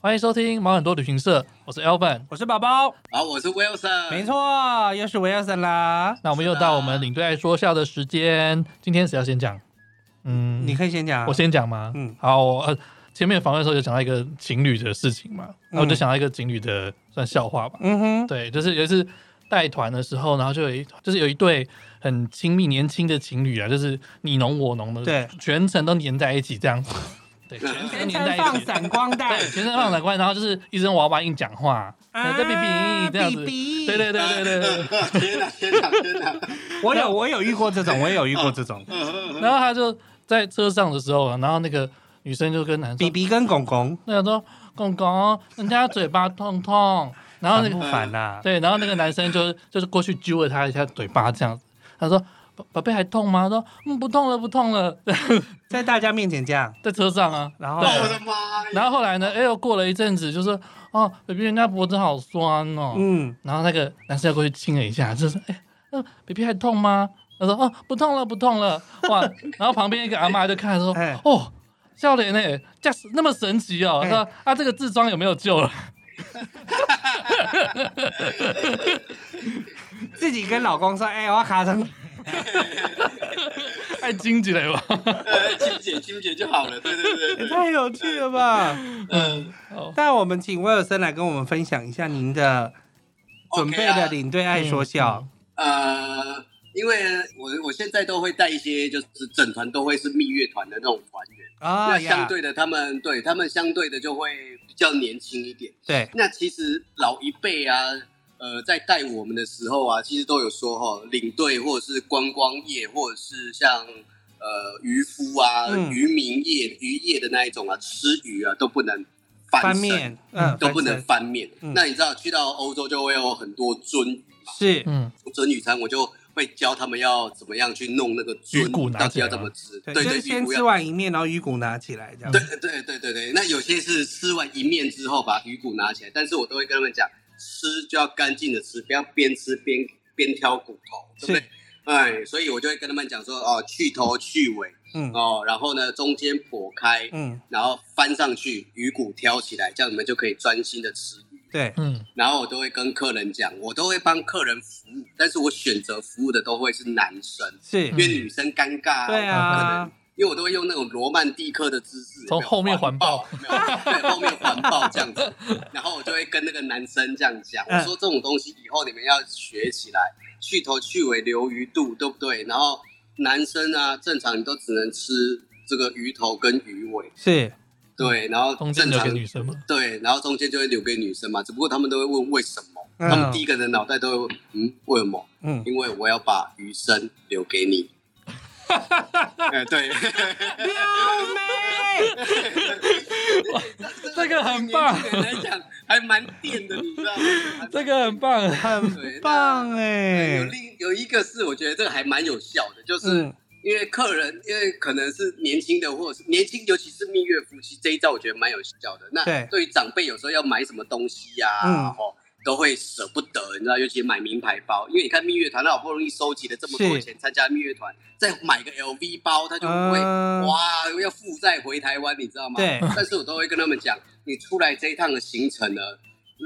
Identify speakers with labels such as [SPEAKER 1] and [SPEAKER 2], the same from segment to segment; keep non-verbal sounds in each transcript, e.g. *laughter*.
[SPEAKER 1] 欢迎收听毛很多旅行社，我是 Elvin。
[SPEAKER 2] 我是宝宝，
[SPEAKER 3] 好，啊我是 Wilson，
[SPEAKER 2] 没，错，又是维尔森啦。
[SPEAKER 1] 那我们又
[SPEAKER 3] 是
[SPEAKER 1] 到
[SPEAKER 3] 啊
[SPEAKER 1] 我们领队爱说笑的时间，今天谁要先讲？嗯，
[SPEAKER 2] 你可以先讲，
[SPEAKER 1] 我先讲吗？
[SPEAKER 2] 嗯
[SPEAKER 1] 好，我呃，前面访问的时候有讲到一个情侣的事情嘛，那我就
[SPEAKER 2] 嗯
[SPEAKER 1] 想到一个情侣的算笑话吧。
[SPEAKER 2] 嗯哼，
[SPEAKER 1] 对，就是有一次带团的时候，然后就有一就是有一对很亲密年轻的情侣啊，就是你侬我侬的，
[SPEAKER 2] 对，
[SPEAKER 1] 全程都黏在一起这样， *laughs* 对，全程都
[SPEAKER 2] 全
[SPEAKER 1] 黏在
[SPEAKER 2] 程
[SPEAKER 1] 一
[SPEAKER 2] 放
[SPEAKER 1] 起。
[SPEAKER 2] 闪光
[SPEAKER 1] *laughs*
[SPEAKER 2] 弹
[SPEAKER 1] 对，，全程放闪光，然后就是一直娃娃硬讲话，
[SPEAKER 2] 啊
[SPEAKER 1] 在哔哔这样子，
[SPEAKER 2] 哔哔
[SPEAKER 1] 对对对对对对。
[SPEAKER 3] 天哪，天哪，天哪，
[SPEAKER 2] 我有我有遇过这种，我也有遇
[SPEAKER 1] 嗯
[SPEAKER 2] 过这种，
[SPEAKER 1] 然后他就在车上的时候啊，然后那个女生就跟男
[SPEAKER 2] 比
[SPEAKER 1] 生，
[SPEAKER 2] 比跟拱拱
[SPEAKER 1] 那个说公公，人家嘴巴痛痛，然后那
[SPEAKER 2] 烦不
[SPEAKER 1] 个
[SPEAKER 2] 烦啊呐？
[SPEAKER 1] 对，然后那个男生就就是过去揪了她一下嘴巴这样子，他说宝宝贝还痛吗？他说嗯不痛了不痛了， *laughs*
[SPEAKER 2] 在大家面前这样，
[SPEAKER 1] 在车上啊。
[SPEAKER 2] 然后
[SPEAKER 1] 对
[SPEAKER 3] 我的妈呀！
[SPEAKER 1] 然后后来呢，哎呦过了一阵子，就说哦，baby 人家脖子好酸哦，
[SPEAKER 2] 嗯，
[SPEAKER 1] 然后那个男生要过去亲了一下，就说：“哎、那 b a b y 还痛吗？”他说：“哦，不痛了，不痛了。”哇！然后旁边一个阿妈就看说
[SPEAKER 2] 哎：“
[SPEAKER 1] 哦，笑脸呢，这样那么神奇哦。”
[SPEAKER 2] 哎
[SPEAKER 1] 说：“啊，这个痔疮有没有救了 *laughs*
[SPEAKER 2] 自己跟老公说，哎，我卡成，？”
[SPEAKER 1] 太惊奇了吧！
[SPEAKER 3] 呃，清洁清洁就好了，对对对
[SPEAKER 2] *laughs* 也
[SPEAKER 3] 对，
[SPEAKER 2] 太有趣了吧？
[SPEAKER 3] 嗯，
[SPEAKER 1] 哦，
[SPEAKER 2] 那我们请威尔森来跟我们分享一下您的 *laughs* 准备的
[SPEAKER 3] OK 啊
[SPEAKER 2] 领队爱说笑，
[SPEAKER 3] 呃，因为我我现在都会带一些，就是整团都会是蜜月团的那种团员，
[SPEAKER 1] 哦
[SPEAKER 2] 啊
[SPEAKER 1] 嗯
[SPEAKER 3] 那
[SPEAKER 2] 呀
[SPEAKER 3] 相，对的，他们对他们相对的就会比较年轻一点。
[SPEAKER 2] 对，
[SPEAKER 3] 那其实老一辈啊，呃，在带我们的时候啊，其实都有说哈、领队或者是观光业，或者是像呃渔夫啊、
[SPEAKER 2] 嗯
[SPEAKER 3] 渔民业、渔业的那一种啊，吃鱼啊都不能翻身
[SPEAKER 2] 翻面，嗯，
[SPEAKER 3] 都不能
[SPEAKER 2] 翻
[SPEAKER 3] 翻面。
[SPEAKER 2] 嗯
[SPEAKER 3] 那你知道去到欧洲就会有很多鳟鱼嘛？
[SPEAKER 2] 身，是，
[SPEAKER 1] 嗯，
[SPEAKER 3] 鳟鱼餐我就会教他们要怎么样去弄那个
[SPEAKER 1] 鱼骨
[SPEAKER 3] 鳟，
[SPEAKER 1] 拿
[SPEAKER 3] 到
[SPEAKER 1] 起
[SPEAKER 3] 底
[SPEAKER 1] 来
[SPEAKER 3] 要
[SPEAKER 1] 吗
[SPEAKER 3] 怎么吃？对
[SPEAKER 2] 对，就是
[SPEAKER 3] 对，
[SPEAKER 2] 先
[SPEAKER 3] 鱼骨
[SPEAKER 2] 吃
[SPEAKER 3] 要
[SPEAKER 2] 完一面，然后鱼骨拿起来这样，
[SPEAKER 3] 对对对对对，那有些是吃完一面之后把鱼骨拿起来，但是我都会跟他们讲，吃就要干净的吃，不要边吃边边挑骨头，对不
[SPEAKER 2] 是
[SPEAKER 3] 对？，哎，所以我就会跟他们讲说，哦，去头去尾
[SPEAKER 2] 嗯
[SPEAKER 3] 哦，然后呢中间剖开，
[SPEAKER 2] 嗯，
[SPEAKER 3] 然后翻上去，鱼骨挑起来，这样你们就可以专心的吃鱼。
[SPEAKER 2] 对，
[SPEAKER 1] 嗯，
[SPEAKER 3] 然后我都会跟客人讲，我都会帮客人服务，但是我选择服务的都会是男生，
[SPEAKER 2] 是
[SPEAKER 3] 因，为女生尴尬、
[SPEAKER 2] 嗯对啊，
[SPEAKER 3] 因为我都会用那种罗曼蒂克的姿势，
[SPEAKER 1] 从后面环抱
[SPEAKER 3] 有没有，对，后面环抱这样
[SPEAKER 1] *laughs*
[SPEAKER 3] 子，然后我就会跟那个男生这样讲，我
[SPEAKER 2] 嗯
[SPEAKER 3] 说这种东西以后你们要学起来，去头去尾留鱼肚，对不对？然后男生啊，正常你都只能吃这个鱼头跟鱼尾，
[SPEAKER 2] 是，
[SPEAKER 3] 对，然后
[SPEAKER 1] 嗯中间
[SPEAKER 3] 正
[SPEAKER 1] 留
[SPEAKER 3] 常
[SPEAKER 1] 给女生嘛。
[SPEAKER 3] 对，然后中间就会留给女生嘛，只不过他们都会问为什么，
[SPEAKER 2] 嗯
[SPEAKER 3] 他们第一个人脑袋都会嗯为什么？
[SPEAKER 2] 嗯，
[SPEAKER 3] 因为我要把余生留给
[SPEAKER 1] *laughs*
[SPEAKER 3] 你。哎、对，
[SPEAKER 2] 撩
[SPEAKER 3] *laughs*
[SPEAKER 2] 妹，
[SPEAKER 1] *laughs* 这个很棒
[SPEAKER 3] 对来讲还蛮电的，你知道吗？
[SPEAKER 1] 这个很棒，
[SPEAKER 2] 很
[SPEAKER 3] 对那
[SPEAKER 2] 棒
[SPEAKER 3] 对有
[SPEAKER 2] 哎，
[SPEAKER 3] 另有一个是我觉得这个还蛮有效的，就是
[SPEAKER 2] 嗯，
[SPEAKER 3] 因为客人，因为可能是年轻的，或者是年轻，尤其是蜜月夫妻这一招，我觉得蛮有效的。那
[SPEAKER 2] 对
[SPEAKER 3] 对于长辈，有时候要买什么东西呀、
[SPEAKER 2] 嗯
[SPEAKER 3] 哦，都会舍不得，你知道，尤其买名牌包，因为你看蜜月团，他好不容易收集了这么多
[SPEAKER 2] 是
[SPEAKER 3] 钱参加蜜月团，再买个 LV 包，他就不会、
[SPEAKER 2] 嗯，
[SPEAKER 3] 哇，要负债回台湾，你知道吗？
[SPEAKER 2] 对
[SPEAKER 3] 但是我都会跟他们讲，你出来这一趟的行程呢，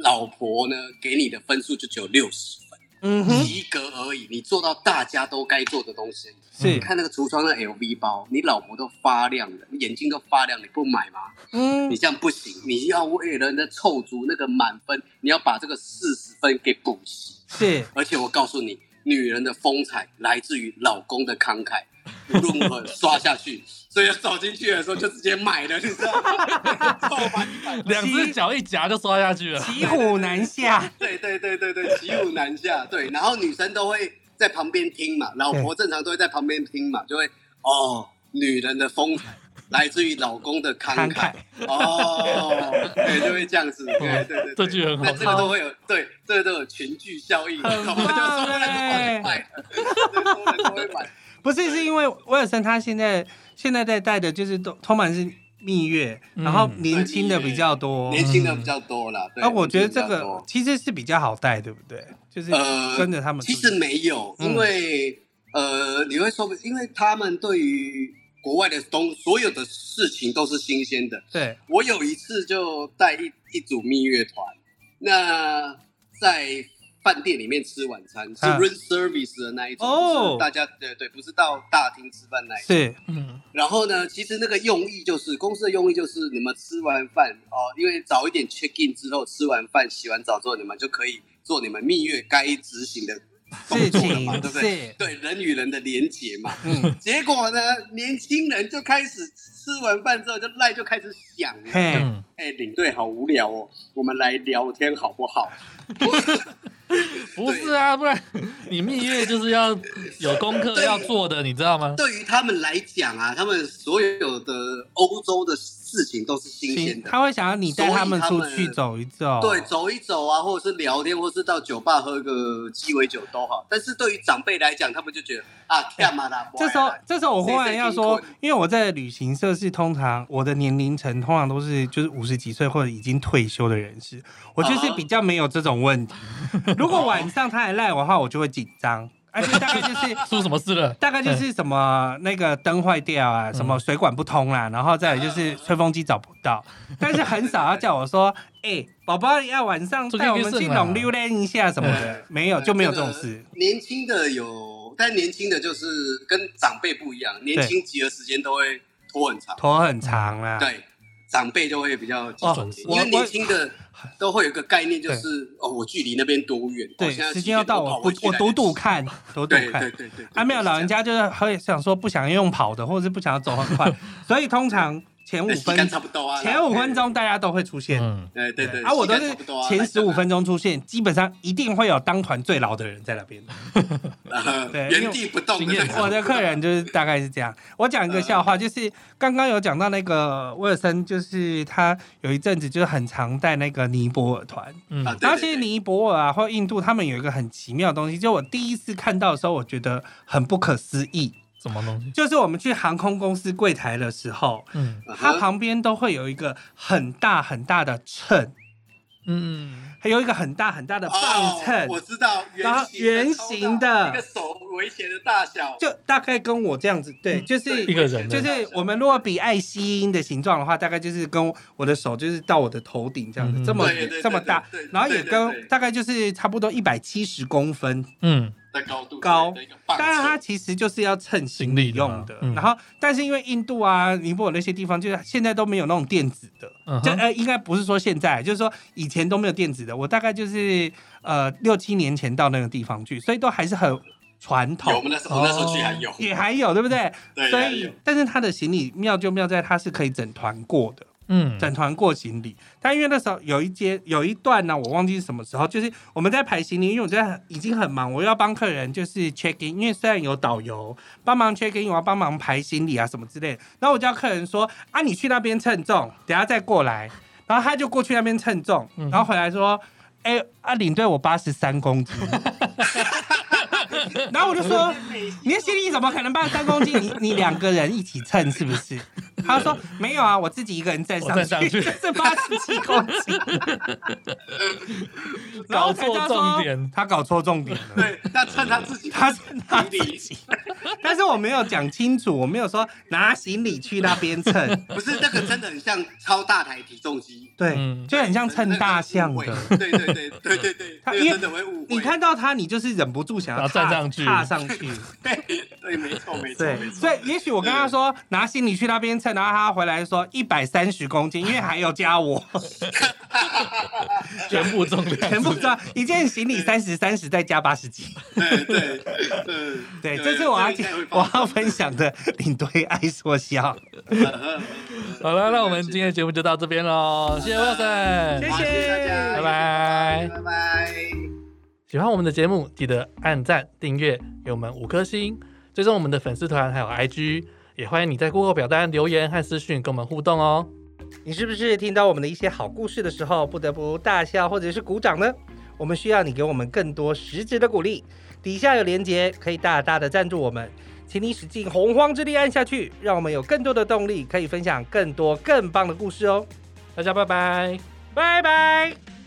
[SPEAKER 3] 老婆呢给你的分数就只有六十分，
[SPEAKER 2] 嗯哼，
[SPEAKER 3] 及格而已。你做到大家都该做的东西。你
[SPEAKER 2] 是，
[SPEAKER 3] 看那个橱窗的 LV 包，你老婆都发亮了，眼睛都发亮，你不买吗？
[SPEAKER 2] 嗯
[SPEAKER 3] 你，这样不行，你要为了那凑足那个满分，你要把这个四十分给补齐。
[SPEAKER 2] 是，
[SPEAKER 3] 而且我告诉你，女人的风采来自于老公的慷慨，无论如何刷下去。所以走进去的时候就直接买了，你知道吗？凑满一百
[SPEAKER 1] 两只脚一夹就刷下去了。
[SPEAKER 2] 骑虎难
[SPEAKER 3] *laughs*
[SPEAKER 2] 下，
[SPEAKER 3] 对对对对对，骑虎难下。对，然后女生都会在旁边听嘛，老婆正常都会在旁边听嘛，就会哦，女人的风采来自于老公的慷
[SPEAKER 2] 慷慨，
[SPEAKER 3] 慨哦，对，就会这样子，对对对，
[SPEAKER 1] 这句很好
[SPEAKER 3] 那这个都会有，对，这个都有群聚效应，
[SPEAKER 2] 很
[SPEAKER 3] 然后就
[SPEAKER 2] 棒欸
[SPEAKER 3] 说人都会买，对所有人都会买，
[SPEAKER 2] 不是，是因为威尔森他现在现在在带的就是都通常是蜜月，
[SPEAKER 1] 嗯
[SPEAKER 2] 然后年轻的
[SPEAKER 3] 对蜜月
[SPEAKER 2] 比较多，
[SPEAKER 3] 年轻的比较多啦。对
[SPEAKER 2] 而啊我觉得这
[SPEAKER 3] 年轻的比较多
[SPEAKER 2] 个其实是比较好带，对不对？就是
[SPEAKER 3] 呃
[SPEAKER 2] 跟着他们出
[SPEAKER 3] 其
[SPEAKER 2] 去，
[SPEAKER 3] 实没有，
[SPEAKER 2] 嗯
[SPEAKER 3] 因为、呃，你会说不，因为他们对于国外的东所有的事情都是新鲜的。
[SPEAKER 2] 对，
[SPEAKER 3] 我有一次就带一一组蜜月团，那在饭店里面吃晚餐，是
[SPEAKER 2] 啊
[SPEAKER 3] room service 的那一种，
[SPEAKER 2] 哦
[SPEAKER 3] 就是大家对对，不是到大厅吃饭那一种。
[SPEAKER 2] 是
[SPEAKER 1] 嗯，
[SPEAKER 3] 然后呢，其实那个用意就是公司的用意就是你们吃完饭哦，因为早一点 check in 之后，吃完饭洗完澡之后，你们就可以做你们蜜月该执行的
[SPEAKER 2] 事
[SPEAKER 3] 动作了
[SPEAKER 2] 情
[SPEAKER 3] 嘛，对不对？
[SPEAKER 2] 是，
[SPEAKER 3] 对人与人的连结嘛，
[SPEAKER 2] 嗯，
[SPEAKER 3] 结果呢，年轻人就开始吃完饭之后就赖就开始想了，
[SPEAKER 2] 嘿，
[SPEAKER 1] 嗯
[SPEAKER 3] 哎、领队好无聊哦，我们来聊天好不好？
[SPEAKER 1] 不是啊，不然你蜜月就是要有功课
[SPEAKER 3] 对
[SPEAKER 1] 要做的，你知道吗？
[SPEAKER 3] 对于他们来讲啊，他们所有的欧洲的事情都是新鲜
[SPEAKER 2] 行，
[SPEAKER 3] 的，
[SPEAKER 2] 他会想要你带他们出去走一走，
[SPEAKER 3] 对，走一走啊，或者是聊天，或是到酒吧喝个鸡尾酒都好。但是对于长辈来讲，他们就觉得啊，干嘛啦？
[SPEAKER 2] 哎这时候，这时候我忽然要说
[SPEAKER 3] 谁在贫困，
[SPEAKER 2] 因为我在旅行社是通常我的年龄层通常都是就是五十几岁或者已经退休的人士，我就是
[SPEAKER 3] 啊
[SPEAKER 2] 比较没有这种问题。如果晚上他还赖我的话，我就会紧张，而且大概就是
[SPEAKER 1] 出什么事了？
[SPEAKER 2] 大概就是什么那个灯坏掉啊，什么水管不通啦，然后再来就是吹风机找不到，但是很少要啊叫我说， *laughs* 哎，宝宝要晚上带我们去弄溜达一下什么的
[SPEAKER 3] 对，
[SPEAKER 2] 没有就没有这种事。
[SPEAKER 3] 哎个年轻的有，但年轻的就是跟长辈不一样，年轻集合时间都会拖很长。
[SPEAKER 2] 头很长啊啦，
[SPEAKER 3] 对，长辈就会比较集中一点
[SPEAKER 1] 哦我
[SPEAKER 3] 因为年轻的都会有个概念，就是哦，我距离那边多远？哦
[SPEAKER 2] 对，
[SPEAKER 3] 现在
[SPEAKER 2] 时间要到，我
[SPEAKER 3] 我
[SPEAKER 2] 不我赌赌。看，赌赌
[SPEAKER 3] 对对对
[SPEAKER 2] 看。
[SPEAKER 3] 对对，
[SPEAKER 2] 啊，没有，老人家就是会想说不想用跑的，或者是不想要走很快，所以通常前五
[SPEAKER 3] 五
[SPEAKER 2] 分
[SPEAKER 3] 差不多啊，
[SPEAKER 2] 前五分，钟大家都会出现。
[SPEAKER 1] 嗯，
[SPEAKER 3] 对对对，
[SPEAKER 2] 啊，我都
[SPEAKER 3] 膝
[SPEAKER 2] 是
[SPEAKER 3] 盖差不多啊
[SPEAKER 2] 前十五，分钟出现，基本上一定会有当团最老的人在那边。
[SPEAKER 3] 来来来
[SPEAKER 2] 对
[SPEAKER 3] *laughs* 呃
[SPEAKER 2] 因为
[SPEAKER 3] 原地不动
[SPEAKER 1] 经
[SPEAKER 3] 的
[SPEAKER 1] 验
[SPEAKER 3] 那种。
[SPEAKER 2] 我的客人就是大概是这
[SPEAKER 3] *laughs*
[SPEAKER 2] 样。我讲一个笑话，
[SPEAKER 3] 嗯
[SPEAKER 2] 就是刚刚有讲到那个威尔森，就是他有一阵子就是很常带那个尼泊尔团，
[SPEAKER 1] 嗯
[SPEAKER 3] 啊，对
[SPEAKER 2] 然后
[SPEAKER 3] 对
[SPEAKER 2] 其实
[SPEAKER 3] 对
[SPEAKER 2] 尼泊尔啊或印度，他们有一个很奇妙的东西，就我第一次看到的时候，我觉得很不可思议，
[SPEAKER 1] 什么东西？
[SPEAKER 2] 就是我们去航空公司柜台的时候，
[SPEAKER 1] 嗯
[SPEAKER 3] 嗯
[SPEAKER 2] 它
[SPEAKER 3] 哼
[SPEAKER 2] 旁边都会有一个很大很大的秤，
[SPEAKER 1] 嗯，
[SPEAKER 2] 还有一个很大很大的磅秤。
[SPEAKER 3] 哦我知道，
[SPEAKER 2] 然后圆形的
[SPEAKER 3] 超大一个手围起来的大小，
[SPEAKER 2] 就大概跟我这样子，对，就是
[SPEAKER 1] 一个人
[SPEAKER 2] 就
[SPEAKER 1] 的
[SPEAKER 2] 是我们如果比爱心的形状的话，大概就是跟我的手就是到我的头顶这样子，
[SPEAKER 1] 嗯
[SPEAKER 2] 这么
[SPEAKER 3] 对对对
[SPEAKER 2] 这么大
[SPEAKER 3] 对对，对
[SPEAKER 2] 然后也
[SPEAKER 3] 对对
[SPEAKER 2] 跟
[SPEAKER 3] 对
[SPEAKER 2] 大概就是差不多一百七十公分。
[SPEAKER 1] 嗯
[SPEAKER 3] 的高度
[SPEAKER 2] 高
[SPEAKER 3] 对一个棒
[SPEAKER 2] 当然，它
[SPEAKER 3] 秤
[SPEAKER 2] 其实就是要称行李用
[SPEAKER 1] 行李的
[SPEAKER 2] 的
[SPEAKER 1] 嘛。嗯
[SPEAKER 2] 然后，但是因为印度啊、尼泊尔那些地方，就是现在都没有那种电子的。
[SPEAKER 1] 嗯
[SPEAKER 2] 就
[SPEAKER 1] 哼
[SPEAKER 2] 呃，应该不是说现在，就是说以前都没有电子的。我大概就是呃六七年前到那个地方去，所以都还是很传
[SPEAKER 3] 有
[SPEAKER 2] 统
[SPEAKER 3] 我。们那时候我那时候去还有，
[SPEAKER 2] 也还有对不对？
[SPEAKER 3] 对
[SPEAKER 2] 哦所
[SPEAKER 3] 还
[SPEAKER 2] 以
[SPEAKER 3] 有，
[SPEAKER 2] 但是他的行李妙就妙在他是可以整团过的，
[SPEAKER 1] 嗯，
[SPEAKER 2] 整团过行李。但因为那时候有一节有一段呢，我忘记是什么时候，就是我们在排行李，因为我现在已经很忙，我要帮客人就是 check in，因为虽然有导游帮忙 check in，我要帮忙排行李啊什么之类的。然后我叫客人说啊，你去那边称重，等下再过来。然后他就过去那边称重，
[SPEAKER 1] 嗯
[SPEAKER 2] 然后回来说。哎、啊，领队，我八十三公斤。然后我就说，你的行李怎么可能八十三公斤？你你两个人一起称是不是？他说没有啊，我自己一个人站上
[SPEAKER 1] 我站上去
[SPEAKER 2] 是八十七公斤。然
[SPEAKER 1] 搞
[SPEAKER 2] 后我才知
[SPEAKER 1] 错
[SPEAKER 2] 道说
[SPEAKER 1] 重点，
[SPEAKER 2] 他搞错重点了。
[SPEAKER 3] 对，那趁他自己
[SPEAKER 2] 他是他
[SPEAKER 3] 行李
[SPEAKER 2] 但是我没有讲清楚，我没有说拿行李去那边称，
[SPEAKER 3] 不是那个真的很像超大台体重机，
[SPEAKER 2] 对，
[SPEAKER 1] 嗯
[SPEAKER 2] 就很像称大象的。
[SPEAKER 3] 对对对对对对，
[SPEAKER 2] 他
[SPEAKER 3] 那个真的会误会。
[SPEAKER 2] 你看到他，你就是忍不住想要
[SPEAKER 1] 然后站
[SPEAKER 2] 踏
[SPEAKER 1] 上去
[SPEAKER 2] 踏上去。
[SPEAKER 3] 对对，没错没错没
[SPEAKER 2] 对，
[SPEAKER 3] 错
[SPEAKER 2] 所。以也许我跟他说拿行李去那边称，然后他回来说一百三十公斤，因为还有加 *laughs* 我，
[SPEAKER 1] 全部重量，
[SPEAKER 2] 全部抓一件行李三十三十，再加八十几。
[SPEAKER 3] 对对对
[SPEAKER 2] 对，这是我要讲我要分享的领队爱说笑，
[SPEAKER 3] *laughs*
[SPEAKER 1] 好了，那我们今天的节目就到这边喽，谢谢 Wilson，
[SPEAKER 2] 谢
[SPEAKER 3] 谢谢大
[SPEAKER 1] 拜
[SPEAKER 3] 家，
[SPEAKER 1] 拜
[SPEAKER 3] 拜拜。
[SPEAKER 1] 喜欢我们的节目，记得按赞、订阅，给我们五颗星，追踪我们的粉丝团还有 IG，也欢迎你在 Google 表单留言和私讯跟我们互动哦。
[SPEAKER 2] *laughs* 你是不是听到我们的一些好故事的时候，不得不大笑或者是鼓掌呢？我们需要你给我们更多实质的鼓励。底下有连结，可以大大的赞助我们，请你使尽洪荒之力按下去，让我们有更多的动力，可以分享更多更棒的故事哦。
[SPEAKER 1] 大家拜拜。
[SPEAKER 2] 拜拜。